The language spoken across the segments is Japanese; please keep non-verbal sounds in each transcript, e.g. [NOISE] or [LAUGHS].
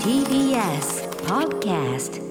TBS Podcast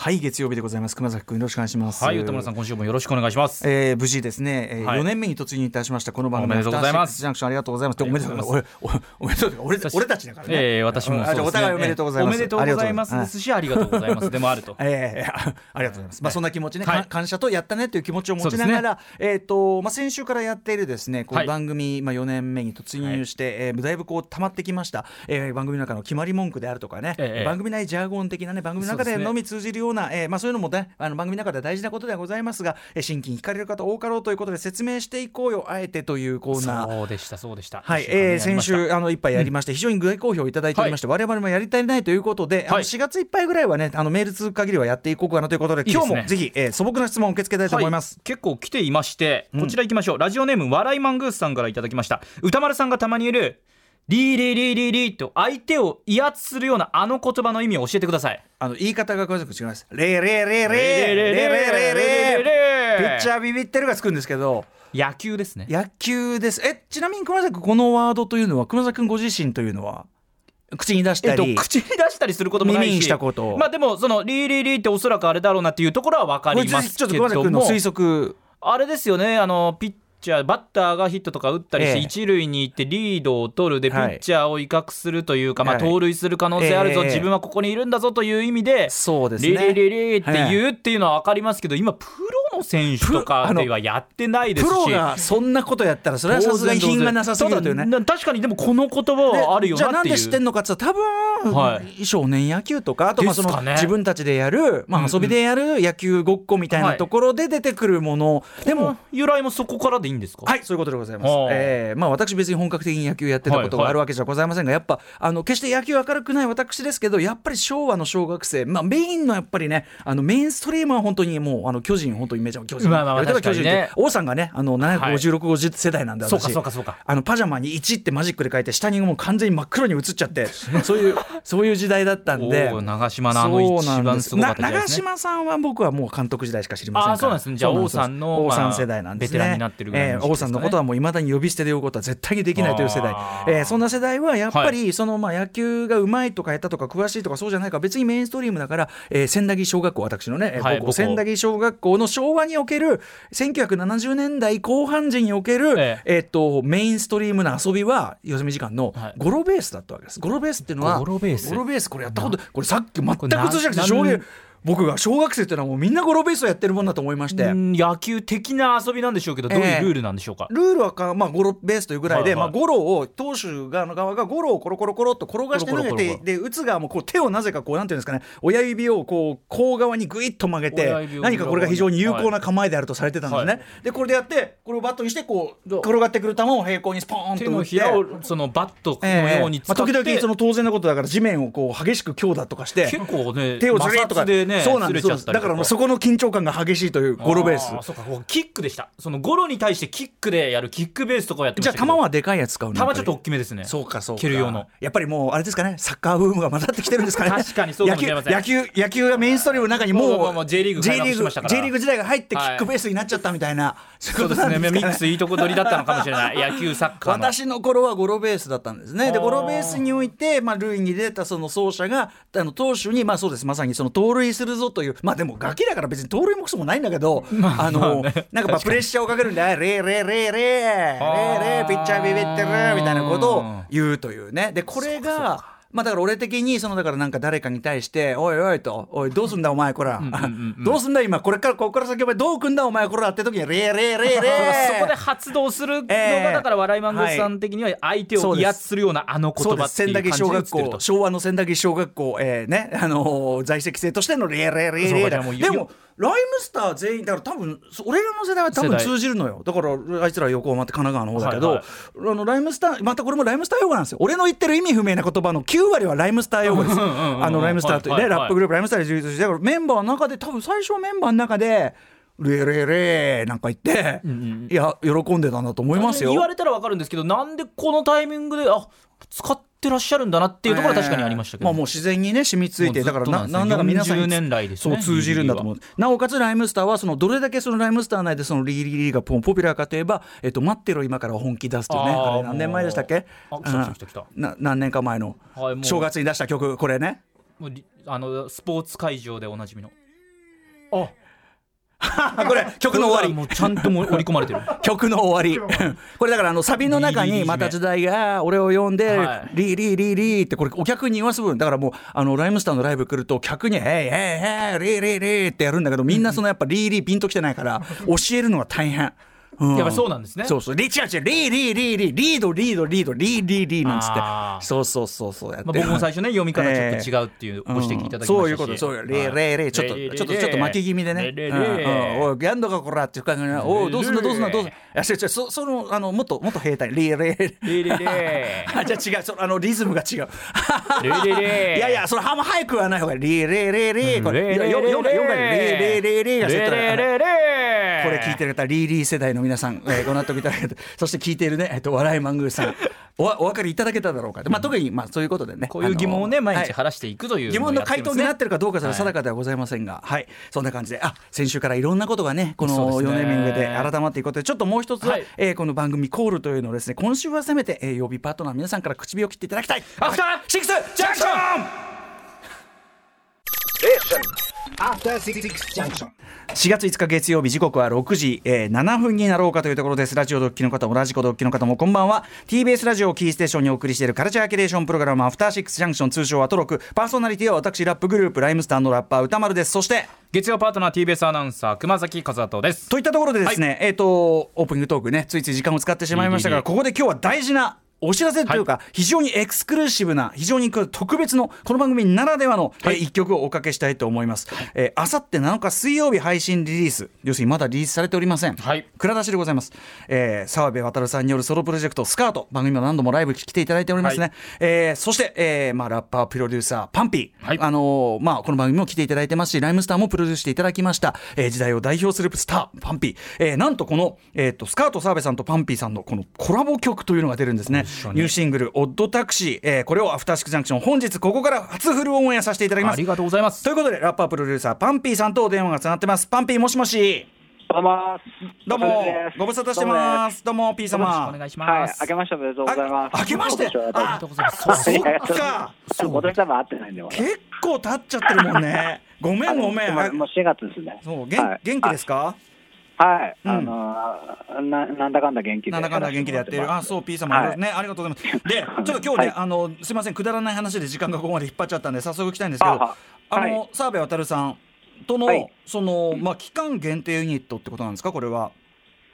はい月曜日でございます熊崎君よろしくお願いしますはい、歌村さん、今週もよろしくお願いします。えー、無事ですね、えーはい4年目に突入いたしましたこの番組おめでとうございますアフターシックスジャンクションありがとうございますでおめでとうございます俺俺おめでとうございます俺俺たちだからね、えー、私もそうあじゃあお互いおめでとうございます、おめでとうございまあすりでがとうござすし、ありがとうございますでも [LAUGHS] あると。えー、あありがとうございます、まあ、そんな気持ちね、はいか感謝とやったねという気持ちを持ちながら、えーとまあ、先週からやっているですねこはのい番組、まあ、4年目に突入して、えーだいぶこう溜まってきました、えー番組の中の決まり文句であるとかね、ええええ番組内ジャーゴン的なね番組の中そうでですねのみ通じるようなえーまあ、そういうのも、ね、あの番組の中では大事なことではございますが、えー、新規に惹かれる方多かろうということで説明していこうよあえてというコーナー。そうでした、そうでした。はい、一週間ねえー先。やりまし週あの一杯やりまして、非常に具合好評いただいておりまして、我々もやり足りないということで、あのはい4月いっぱいぐらいはねあのメール通限りはやっていこうかなということでいいです今ね日もぜひ、えー素朴な質問を受け付けたいたと思いますは、結構来ていまして、こちら行きましょう。ラジオネーム、笑いマングースさんからいただきました。歌丸さんがたまにいる、リーリーリーリーリーと相手を威圧するようなあの言葉の意味を教えてください。あの言い方が詳しく違いますレーレーレーレーレーレーレーレーピッチャービビってるがつくんですけど野球ですね。野球ですえちなみに熊崎君このワードというのは熊崎君ご自身というのは口に出したえっと、り、口に出したりすることもないし耳にしたことまあでもそのリーリーリーっておそらくあれだろうなっていうところは分かこれりますちょっとけ熊崎ど君のも推測あれですよね、あのピッチャー、バッターがヒットとか打ったりしえて、え一塁に行ってリードを取るで、ピはいッチャーを威嚇するというか、はまいあ、盗塁する可能性あるぞ、ええ自分はここにいるんだぞという意味で、そうですねリリリリって言うっていうのは分かりますけど、今、プロの選手とかではやってないですプし。ロがそんなことやったらそれはさすがに品がなさすぎるというねただ確かにでもこの言葉ではあるよじゃあななんっていうで知ってんのかって言ったら多分、は少年野球とかあとまあそですのかね自分たちでやる、まうんあ、うん遊びでやる野球ごっこみたいなところで出てくるもの、でも由来もそこからでいいんですか、はいそういうことでございますあー、えーまあ、私別に本格的に野球やってたことがはいはいあるわけじゃございませんが、やっぱあの決して野球明るくない私ですけどやっぱり昭和の小学生、まあ、メインのやっぱりねあのメインストリームは本当にもうあの巨人本当にメジャーの巨人、まあまあまあやりたい巨人って確かに王さんがねあの756、50世代なんで私そうかそうかそうかあのパジャマに1ってマジックで書いて下にもう完全に真っ黒に映っちゃってそういうそういう時代だったんでおー長嶋のあのそ一うなん番ですすごかった時な代で長すね嶋さんは僕はもう監督時代しか知りませんからあーそうなんですねじゃあそう王さんの王さまんあ世代なんですね、ベテランになってるぐらいえの時ー期王ですさかねんのことはもういまだに呼び捨てで呼ぶことは絶対にできないという世代あ、ーえーそんな世代はやっぱりそのまあ野球がうまいとか下手とか詳しいとかそうじゃないか別にメインストリームだから、えー千駄木小学校私のね、えーは母校い母校千駄木小学校の昭和における1970年代後半時における、ええーっとメインストリームな遊びはよそ見時間のはいゴロベースだったわけですゴロベースっていうのはゴロベースゴロベースこれやったことこれさっき全くこれな通じなくて小学僕が小学生っていうのはもうみんなゴロベースをやってるもんだと思いまして。うん野球的な遊びなんでしょうけど、どうえいえうルールなんでしょうか、ルールはか、まあ、ゴロベースというぐらいで、はいはいまあ、ゴロを投手側の側がゴロをコロコロコロっと転がして投げてコロコロコロコロで打つ側もこう手をなぜかこうなんていうんですかね親指をこう甲側にグイッと曲げ親て指を何かこれが非常に有効な構えであるとされてたんですね、はいでこれでやってこれをバットにしてこうどう転がってくる球を平行にスポーンと手打のってひらをそのバットのええように使まっあ、て、時々その当然のことだから地面をこう激しく強打とかして結構ね手をずれと摩か擦でねそうなんですずれちゃったりとかだからもうそこの緊張感が激しいというゴロベースあそうかこうキックでしたそのゴロに対してキックでやるキックベースとかをやってまじゃしあたけ球どはでかいやつ使うの球はちょっと大きめですねそうかそうか蹴る用のやっぱりもうあれですかねサッカーブームが混ざってきてるんですかね確かにそうかもしれません野球野球野球がメインストリームの中にももううもうもう J リーグ J リ開幕しましたーグから J リーグ時代が入ってキはいックベースになっちゃったみたいな、そそういことですなねんかミックスいいとこ取りだったのかもしれない野球サッカーの私の頃はゴロベースだったんですね。で、あーゴロベースにおいて、まあ、塁に出たその走者が、あの、投手に、まあそうです、まさにその盗塁するぞという、まあでもガキだから別に盗塁もクソもないんだけど、あの、なんかまあプレッシャーをかけるんで、あレーレーレーレー、レーレー、ピッチャービビってる、みたいなことを言うというね。で、これが、まあだから俺的にそのだからなんか誰かに対して「おいおい」と「おいどうすんだお前こら [LAUGHS] どうすんだ今これからここから先お前どう組んだお前こら」って時に「レーレーレーレそ [LAUGHS] ー」うかそこで発動するのええがだから笑いマンゴーさん的には相手を威圧するようなあのそ言う葉でっすてい千駄う感じ木小で学打ってる校と昭和の千駄木小学校、えーね [LAUGHS] あのー在籍生としてのレーレーレーレーだそうかじゃであもうもライムスター全員だから多分そ俺らの世代は多分世代通じるのよだからあいつら横浜って神奈川の方だけど、はいあのライムスターまたこれもライムスター用語なんですよ俺の言ってる意味不明な言葉の9割はライムスター用語ですあのライムスターというね、はいはいはいラップグループライムスターで充実してだからメンバーの中で多分最初はメンバーの中でレレレなんか言って、いや喜んでたんだと思いますよ。言われたらわかるんですけどなんでこのタイミングであ使ってらっしゃるんだなっていうところは確かにありましたけど、えーまあ、もう自然にね染みついてもうずだっかとらななんですねなんだか皆さんに40年来ですそねう通じるんだと思うなおかつライムスターはそのどれだけそのライムスター内でそのリーリーリーがポンポピュラーかといえば、えっと待ってろ今からは本気出すというねあーあれ何年前でしたっけもうあ来た来た来た来たうんな何年か前のはいもう正月に出した曲これねもうりあのスポーツ会場でおなじみのああこれ曲の終わりもうちゃんともう織り込まれてる [LAUGHS] 曲の終わり [LAUGHS] これだからあのサビの中リーにリーリー締めまた時代が俺を呼んではいリーリーリーリーってこれお客に言わす分だからもうあのライムスターのライブ来ると客に「ヘイヘイヘイリーリーリー」ってやるんだけどみんなそのやっぱリーリーピンときてないから教えるのが大変。うんやっぱそうなんですねそうそうリチャチリーリーリーリーリードリードリードリーリーリーなんつっあーてそうそうそうそうやってまあ、僕も最初ね読み方ちょっと違うっていうご指摘いただきましたし、そういうことそうよレーレーレーちょっとレーレーレーちょっとちょっと巻き気味でねレーレうーレーんうんおいやんどかこらっていう感じでおうどうすんだどうすんだどうすんだいや違う違うそそのあのもっともっと兵隊レーレーレーレレレ [LAUGHS] あじゃあ違うそのあのリズムが違うレーレーレー [LAUGHS] いやいやそのハム早くはない方がレーレーレーレーこれレレレよよよん回レーレーレーレーがセットだからレレレレこれ聞いてる方リーリー世代の皆さん、えーご納得いただけてそして聞いているね、えっと笑いマングーさんおわお分かりいただけただろうかと、まあ、特に、まあ、そういうことでねこういう疑問をねあの毎日はい晴らしていくという疑のを問やのってますね、回答になってるかどうかは定かではございませんが、はい、そんな感じで、あ、先週からいろんなことがね、こそうですのね4年目で改まっていくことで、ちょっともう一つは、はいえーこの番組コールというのをですね、今週はせめて、えー曜日パートナーの皆さんから唇を切っていただきたい。アフターシックスジャンクション After Six Junction. !4 月5日月曜日、時刻は6時、えー7分になろうかというところです。ラジオドッキリの方も、ラジコドッキリの方も、こんばんは。TBS ラジオをキーステーションにお送りしているカルチャーキュレーションプログラム、アフターシックスジャンクション、通称はトロク。パーソナリティは私、ラップグループ、ライムスターのラッパー、歌丸です。そして、月曜パートナー TBS アナウンサー熊崎和人ですといったところでですね、えっ、とオープニングトークねついつい時間を使ってしまいましたいいがいいここで今日は大事なお知らせというか、非常にエクスクルーシブな非常に特別のこの番組ならではの、えー一曲をおかけしたいと思いますえーあさって7日水曜日配信リリース要するにまだリリースされておりません、はい蔵出しでございます、えー澤部渉さんによるソロプロジェクトスカート番組も何度もライブ来ていただいておりますね、はいえーそして、えーまあ、ラッパープロデューサーパンピー、はいあのーまあ、この番組も来ていただいてますしライムスターもプロデュースしていただきました、えー時代を代表するスターパンピー、えーなんとこの、えー、とスカート澤部さんとパンピーさんのこのコラボ曲というのが出るんですね緒にニューシングル「オッドタクシー」えーこれを「アフターシックスジャンクション」本日ここから初フルオンエアさせていただきまあすりがとうございますということでラッパープロデューサーパンピーさんとお電話がつながってますパンピーもしもしどうもどうもご無沙汰してますどうもピーよろしく様お願いしはまい、す、明けましておめでとうございます。あ明けましてそうでょあありがとうございますそっいやちょっ [LAUGHS] か多分私多分会ってないんで、まだ結構経っちゃってるもんねごめんごめんあのもう4月ですね。そう元はい元気ですかはい、うんあのーな、なんだかんだ元気で。なんだかんだ元気でやってる。あ、そう、P 様、はいね、ありがとうございます。で、ちょっと今日ね、 [LAUGHS] はいあの、すみません、くだらない話で時間がここまで引っ張っちゃったんで、早速来たいんですけど。あはあはの、澤部渉さんとのはい、その、まあ、期間限定ユニットってことなんですか、これは。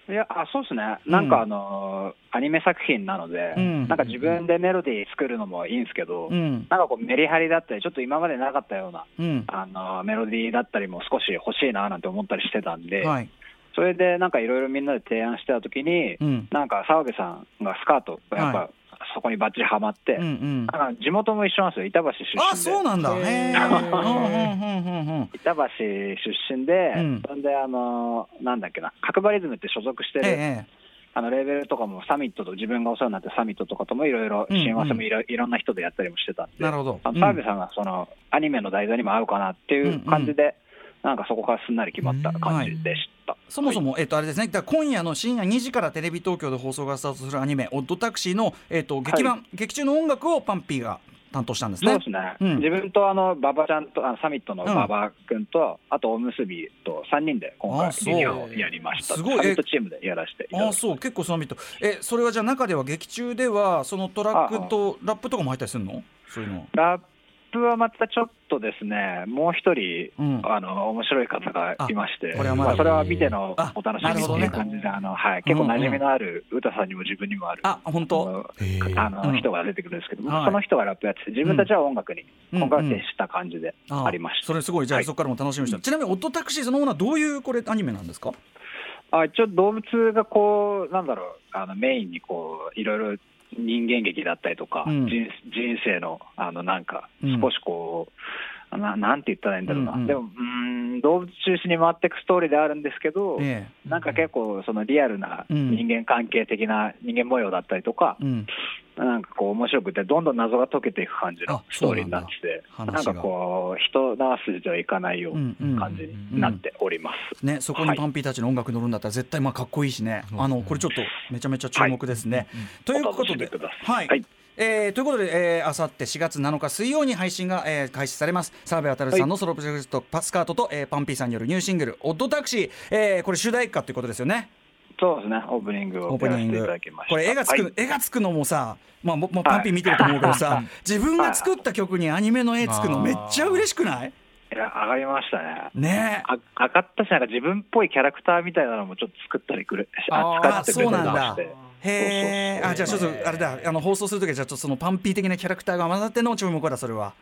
いや、あ、そうですね。うんなんかあのーアニメ作品なので、うんなんか自分でメロディー作るのもいいんですけど、うん、なんかこうメリハリだったり、ちょっと今までなかったような、うん、あのーメロディーだったりも少し欲しいななんて思ったりしてたんで、はい、それでなんかいろいろみんなで提案してた時に、うん、なんか澤部さんがスカートがやっはぱそこにバッチリはまって、うん、うん。なんか地元も一緒なんですよ板橋出身であ、そうなんだ。へー [LAUGHS] へーうん、うん、うん、うん、うん。板橋出身で、うんそれであのなんだっけな角張リズムって所属してる、ええ、あのレーベルとかもサミットと自分がお世話になってるサミットとかともいろいろうんうん親和性もいろいろんな人でやったりもしてたんでなるほどあうんの澤部さんがそのアニメの題材にも合うかなっていう感じで、なんかそこからすんなり決まった感じでした。そもそも、えっと、あれですね、だから今夜の深夜2時からテレビ東京で放送がスタートするアニメ、オッドタクシーの、えっと、劇版、劇中の音楽をパンピーが担当したんですね。そうですね、うん自分とあの馬場ちゃんとあのサミットの馬場君と、あとおむすびと3人で今あ回そうリニューアルをやりましたすごいサミットチームでやらせていただあいあてそう結構そのミットえそれはじゃあ中では劇中ではそのトラックとラップとかも入ったりするのそういうのラップはまたちょっとですねもう一人、うんあの面白い方がいましてあこれはまだあそれは見てのあお楽しなるみほとどいねう感じであの、はい、結構馴染みのある歌さんにも自分にもある。あ本当あのあうんの人が出てくるんですけど、はいその人がラップやってて自分たちは音楽にうん今回は徹した感じでありました、それすごいじゃあ、はいそこからも楽しみにしてるちなみに「オットタクシー」そのものはどういうこれアニメなんですかあ一応動物がこうなんだろうあのメインにこういろいろ人間劇だったりとか、うん人人生のあのなんかうん少しこう、ななんて言ったらいいんだろうな、うんうんでもうーん動物中心に回っていくストーリーであるんですけど、えなんか結構、そのリアルなうん人間関係的な人間模様だったりとか、えうん、なんかこう、面白くて、どんどん謎が解けていく感じあのストーリーになってて、そうななんんだ話がかこう、人な筋ではいかないような感じになっております。ね、そこにパンピーたちの音楽乗るんだったら絶対まあかっこいいしね、あのこれちょっとめちゃめちゃ注目ですね。ということでお楽しみくださ、いはいはいえーということで、えー、あさって4月7日水曜に配信が、えー開始されます澤部渉さんのソロプロジェクト「パスカートと」えーパンピーさんによるニューシングル「オッドタクシー」えーこれ主題歌ということですよね。そうですね、オープニングオをープやらニせンていグただきました。これ絵がつく、はい絵がつくのもさ、まあ、ももうパンピー見てると思うけど [LAUGHS] さ、自分が作った曲にアニメの絵つくのめっちゃ嬉しくないいや上がりましたね。ねえあ上がったし、なんか自分っぽいキャラクターみたいなのもちょっと作ったりくれ、あー使ってくれそうたなんりだして。へえあじゃあちょっとあれだあの放送するときはじゃあちょっとそのパンピー的なキャラクターが混ざっての注目だそれは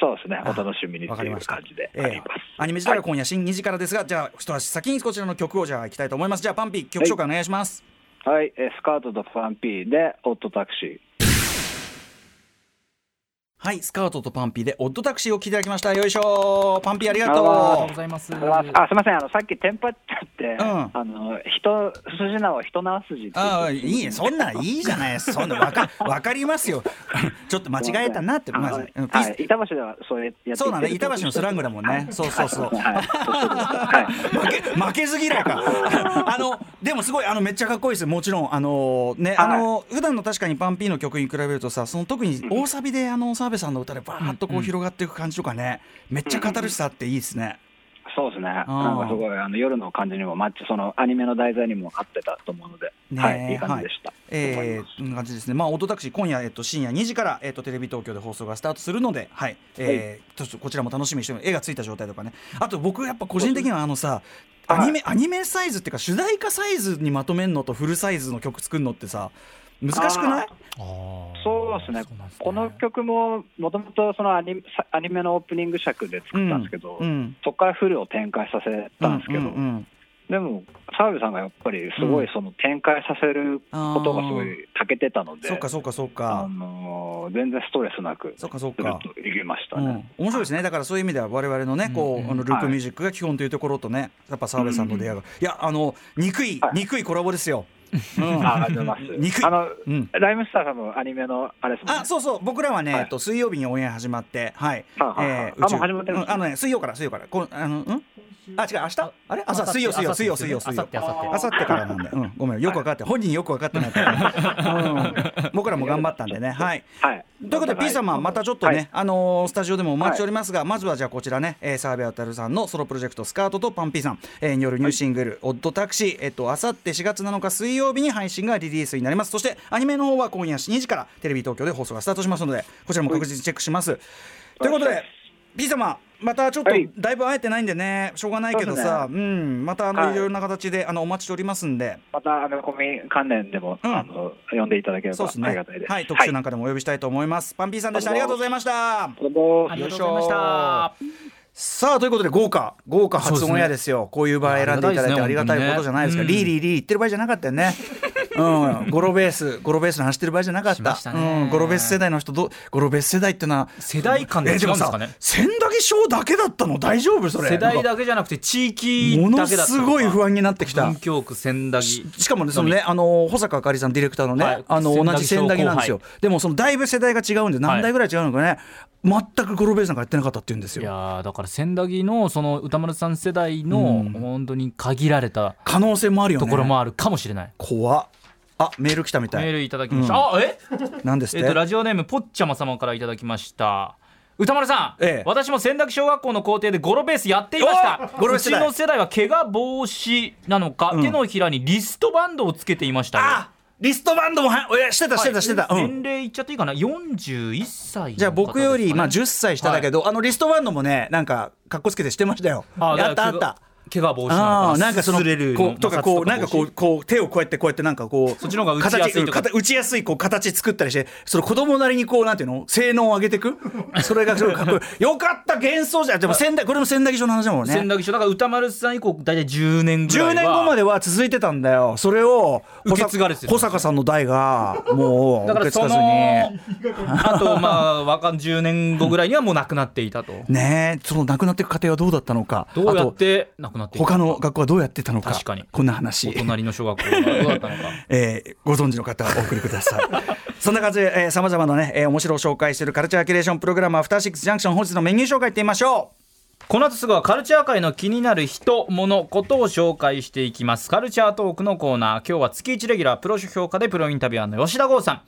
そうですね、おあ楽しみにわっかりていまうした感じでえあります。えアニメ時代は今夜新2時からですが、じゃあ一足先にこちらの曲をじゃあいきたいと思いますじゃあパンピー曲紹介お願いします、はい、えースカートとファンピーで、オットタクシー。はいスカートとパンピーでオッドタクシーを聴いていただきましたよいしょパンピーありがとあうーございます。あすいません、あのさっきテンパっちゃって、んあの人筋縄を人縄筋って言あっあいいねそんなんいいじゃないそんなわかわかりますよ [LAUGHS] ちょっと間違えたなっててまああうんピーはスい、板橋ではそうやってやってそうだね板橋のスラングだもんねそうそうそう負け負けず嫌いか [LAUGHS] あのでもすごいあのめっちゃかっこいいですよもちろんあのね、あの普段の確かにパンピーの曲に比べるとさその特に大サビであの澤部さんの歌でバーッとこう広がっていく感じとかねめっちゃ語るしさっていいですね、そうですね、なんかすごいあの夜の感じにもマッチ、そのアニメの題材にも合ってたと思うので、ねはい、いい感じでした。はいえー、こんな感じですね。まあ、オトタクシー、今夜、えっと、深夜2時から、えっと、テレビ東京で放送がスタートするので、はい。えー、ちょっとこちらも楽しみにして、絵がついた状態とかね。あと、僕、やっぱ個人的には、あのさ、アニメ、アニメサイズっていうか、主題歌サイズにまとめんのと、フルサイズの曲作るのってさ、難しくないそうですねこの曲ももともとそのアニメアニメのオープニング尺で作ったんですけど、うん。そこからフルを展開させたんですけど、うんうんうんでも澤部さんがやっぱりすごいその展開させることがすごい長けてたので、そっか、そっか、そっあか。のー全然ストレスなくそっかそっずかっといけましたうね。ん、面白いですねだからそういう意味では我々のねこうあのループミュージックが基本というところとねやっぱ澤部さんの出会いがいやあの憎いはい憎いコラボですよ。うんあありがとうございま憎いす。あの、うんライムスターさんもアニメのあれですもんね。あそうそう僕らはね、はいえっと、水曜日にオンエア始まってはい、はあはあは宇宙ああもう始まってるんうですんあのね水曜から水曜からこんあのんあ違う明日あれ朝水曜水曜水曜水曜水曜あさってあさってからなんで、うん、ごめんよく分かって本人よく分かってない [LAUGHS] から、うん、僕らも頑張ったんでねはいはい。ということで P 様またちょっとね、はいあのースタジオでもお待ちしておりますが、まずはじゃあこちらね、えー、澤部渉さんのソロプロジェクト「スカートとパンピーさん」えーによるニューシングル「オッドタクシー」えっとあさって4月7日水曜日に配信がリリースになりますそしてアニメの方は今夜2時からテレビ東京で放送がスタートしますのでこちらも確実にチェックしますということで P 様またちょっとはいだいぶ会えてないんでねしょうがないけどさ、うんまたあはのいいろいろな形であのお待ちしておりますんでまたアメコミ関連でも、うんあの呼んでいただけれそうばですありがねたいです。はい特集なんかでもお呼びしたいと思います、パンピーさんでしたありがとうございましたどうもありがとうございました。さあということで豪華豪華そう発ですね音やですよこういう場合選んでいただいてあありりががたたいですいねことじゃないですか、本当にリねーリーリー言ってる場合じゃなかったよ [LAUGHS] ねうんゴロベースゴロベースの走ってる場合じゃなかっしたましたねうん、ゴロベース世代の人どゴロベース世代ってのは世代間で違うんですかえもねさ千駄木賞だけだったの大丈夫それ世代なんかだけじゃなくて地域ものだけだったすごい不安になってきた文京区千駄木しかもね、そのね、あの保坂あかりさん、ディレクターのね、はいあの仙同台じ千駄木なんですよ商。でも、そのだいぶ世代が違うんで、何代ぐらい違うのかね。全くゴロベースなんかやってなかったって言うんですいよ。やーだから千駄木のその歌丸さん世代うのん本当に限られた可能性もあるよね。ところもあるかもしれない、怖っあメール来たみたメーいルいただきましあた、えなんですえっ、ってとラジオネームぽっちゃま様からいただきました歌丸さん、ええ私も千駄木小学校の校庭でゴロベースやっていましたおゴロベーうス世ち代の世代は怪我防止なのか、ん手のひらにリストバンドをつけていましたよあリストバンドもはおやしてたしてたしてた、はいうん年齢いっちゃっていいかな41歳じゃあ僕より、まあ、 10 10歳下だけど、あのリストバンドもねなんかかっこつけてしてましたよあやっだかたあらった怪我防止あなのあかななんかその擦れるこうとかこう摩なん擦か防こう止こう手をこうやってこうやってなんかこうそっちの方が打ちやすい形うんとか形打ちやすいこう形作ったりしてその子供なりにこうなんていうの性能を上げていくそれがすごいかっこいいよかった幻想じ [LAUGHS] ゃんでも仙台これも仙台議所の話だもんね千駄木賞だから歌丸さん以降大体10年ぐらいは10年後まででは続いてたんだよそれを受け継がれてる保坂さんの代がもうだか受け継らそがずのにあとまあわかん10年後ぐらいにはもうなくなっていたとねえその亡くなっていく過程はどうだったのかどうやっあとてなくなっていた他の学校はどうやってたのか確かにこんな話お隣の小学校がどうだったのかえーご存知の方はお送りください [LAUGHS] そんな感じでさまざまなね、えー面白を紹介しているカルチャーキュレーションプログラム「アフターシックスジャンクション」本日のメニュー紹介いってみましょこの後すぐはカルチャー界の気になる人物ことを紹介していきますカルチャートークのコーナー今日は月1レギュラープロ評価でプロインタビュアーの吉田剛さん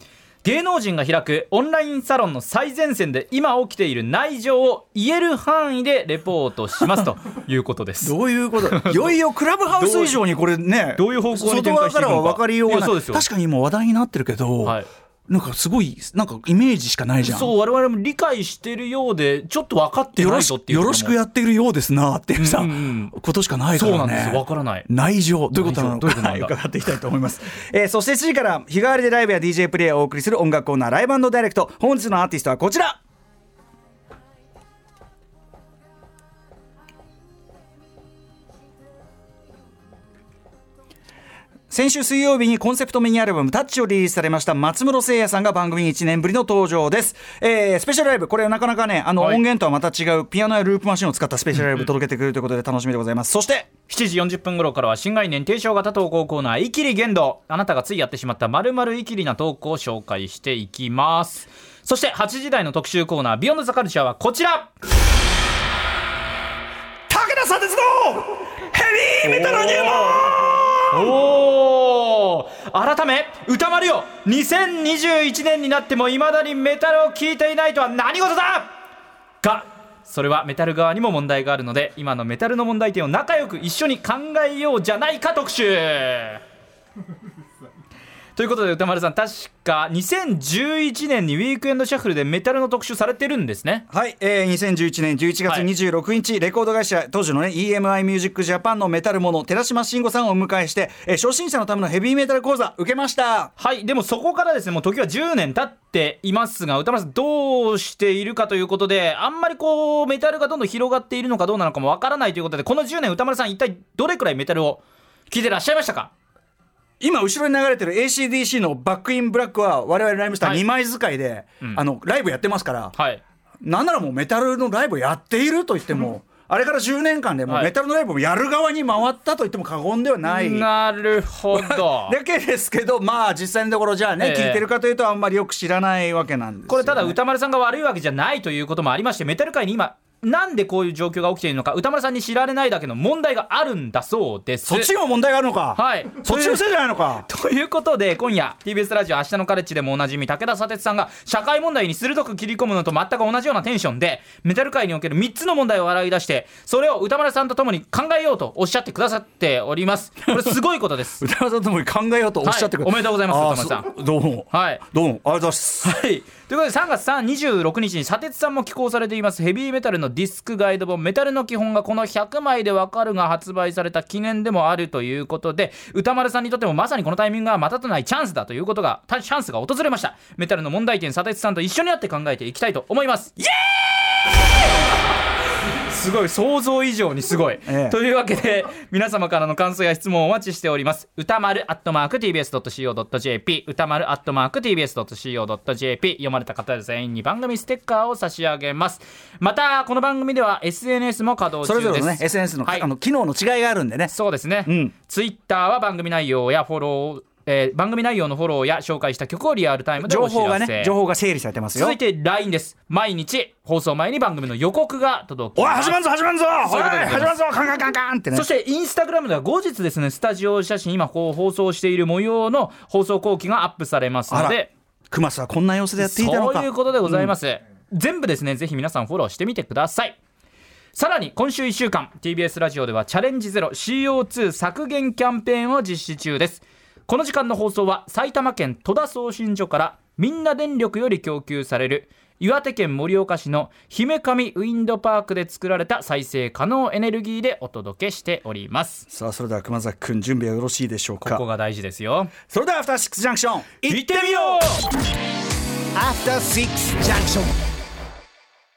芸能人が開くオンラインサロンの最前線で今起きている内情を言える範囲でレポートしますということでうす [LAUGHS] どういうこといよいよクラブハウス以上にこれねどういう方向に展開していくの外側かからは分かりようがいないやそうですよ確かに今話題になってるけど、はいなんかすごいなんかイメージしかないじゃんそう我々も理解してるようでちょっと分かってよなろいしぞっくていうよろしくやってるようですなっていうさ、うんうんことしかないかそうらなんですね分からない内情どういうことなのか内情どういうことなんだ伺っていきたいと思います、えーそして7時から日替わりでライブや DJ プレイをお送りする音楽コーナーライブダイレクト本日のアーティストはこちら先週水曜日にコンセプトミニアルバム「タッチをリリースされました松室聖也さんが番組に1年ぶりの登場です、えースペシャルライブこれなかなかねあのはい音源とはまた違うピアノやループマシンを使ったスペシャルライブ届けてくれるということで楽しみでございますそして7時40分頃からは新概念提唱型投稿コーナー「イキリ言動」あなたがついやってしまった〇〇イキリな投稿を紹介していきますそして8時台の特集コーナー「ビヨンドザカルチャーはこちら武田さんですのヘビーメタル入おお改め歌丸よ2021年になってもいまだにメタルを聴いていないとは何事だがそれはメタル側にも問題があるので今のメタルの問題点を仲良く一緒に考えようじゃないか特集ということで歌丸さん確か2011年にウィークエンドシャッフルでメタルの特集されてるんですねはい、えー、2011年11月26日、レコード会社当時のね EMI ミュージックジャパンのメタルもの寺島慎吾さんをお迎えして、えー初心者のためのヘビーメタル講座受けましたはいでもそこからですねもう時は10年経っていますが歌丸さんどうしているかということであんまりこうメタルがどんどん広がっているのかどうなのかもわからないということでこの10年歌丸さん一体どれくらいメタルを聴いてらっしゃいましたか今後ろに流れてる ACDC のバックインブラックは我々ライムスターはい2枚使いで、あのライブやってますから、はいなんならもうメタルのライブやっていると言っても、あれから10年間でもうはいメタルのライブをやる側に回ったと言っても過言ではない、なるほ [LAUGHS] ど [LAUGHS] だけですけどまあ実際のところじゃあね、ええ聞いてるかというとあんまりよく知らないわけなんですよねこれただ歌丸さんが悪いわけじゃないということもありましてメタル界に今なんでこういう状況が起きているのか歌丸さんに知られないだけの問題があるんだそうですそっちにも問題があるのか、はいそっちのせいじゃないのか [LAUGHS] ということで今夜 TBS ラジオ「明日のカレッジ」でもおなじみ武田砂鉄さんが社会問題に鋭く切り込むのと全く同じようなテンションでメタル界における3つの問題を洗い出してそれを歌丸さんと共に考えようとおっしゃってくださっておりますこれすごいことで [LAUGHS] す歌丸さんともに考えようとおっしゃってくれ、はいおめでとうございますあー歌丸そうどうも、はいどうもありがとうございますはい、ということで3月3 26日に砂鉄さんも寄稿されていますヘビーメタルのディスクガイド本「メタルの基本がこの100枚でわかる」が発売された記念でもあるということで歌丸さんにとってもまさにこのタイミングがまたとないチャンスだということがたチャンスが訪れましたメタルの問題点砂鉄さんと一緒になって考えていきたいと思いますイエーイすごい想像以上にすごい、ええというわけで皆様からの感想や質問をお待ちしております歌丸アットマーク TBS.CO.JP 歌丸アットマーク TBS.CO.JP 読まれた方全員に番組ステッカーを差し上げますまたこの番組では SNS も稼働そ中れですぞれのね SNS の,、はいあの機能の違いがあるんでねそうですね、うんツイッターは番組内容やフォロー、えー番組内容のフォローや紹介した曲をリアルタイムで情お知らせ報がね情報が整理されてますよ続いて LINE です毎日放送前に番組の予告が届おきいま始すまるぞ始まるぞそうおいいうことでござい始ままるぞカンカンカンカンってねそしてインスタグラムでは後日ですねスタジオ写真今こう放送している模様の放送後期がアップされますのあらでクマスはこんな様子でやっていたのそかういうことでございます、全部ですねぜひ皆さんフォローしてみてくださいさらに今週1週間 TBS ラジオではチャレンジゼロ CO2 削減キャンペーンを実施中ですこの時間の放送は埼玉県戸田送信所からみんな電力より供給される岩手県盛岡市の姫上ウィンドパークで作られた再生可能エネルギーでお届けしておりますさあそれでは熊崎くん準備はよろしいでしょうこかこが大事ですよそれではアフターシックスジャンクション行ってみよう After Six Junction.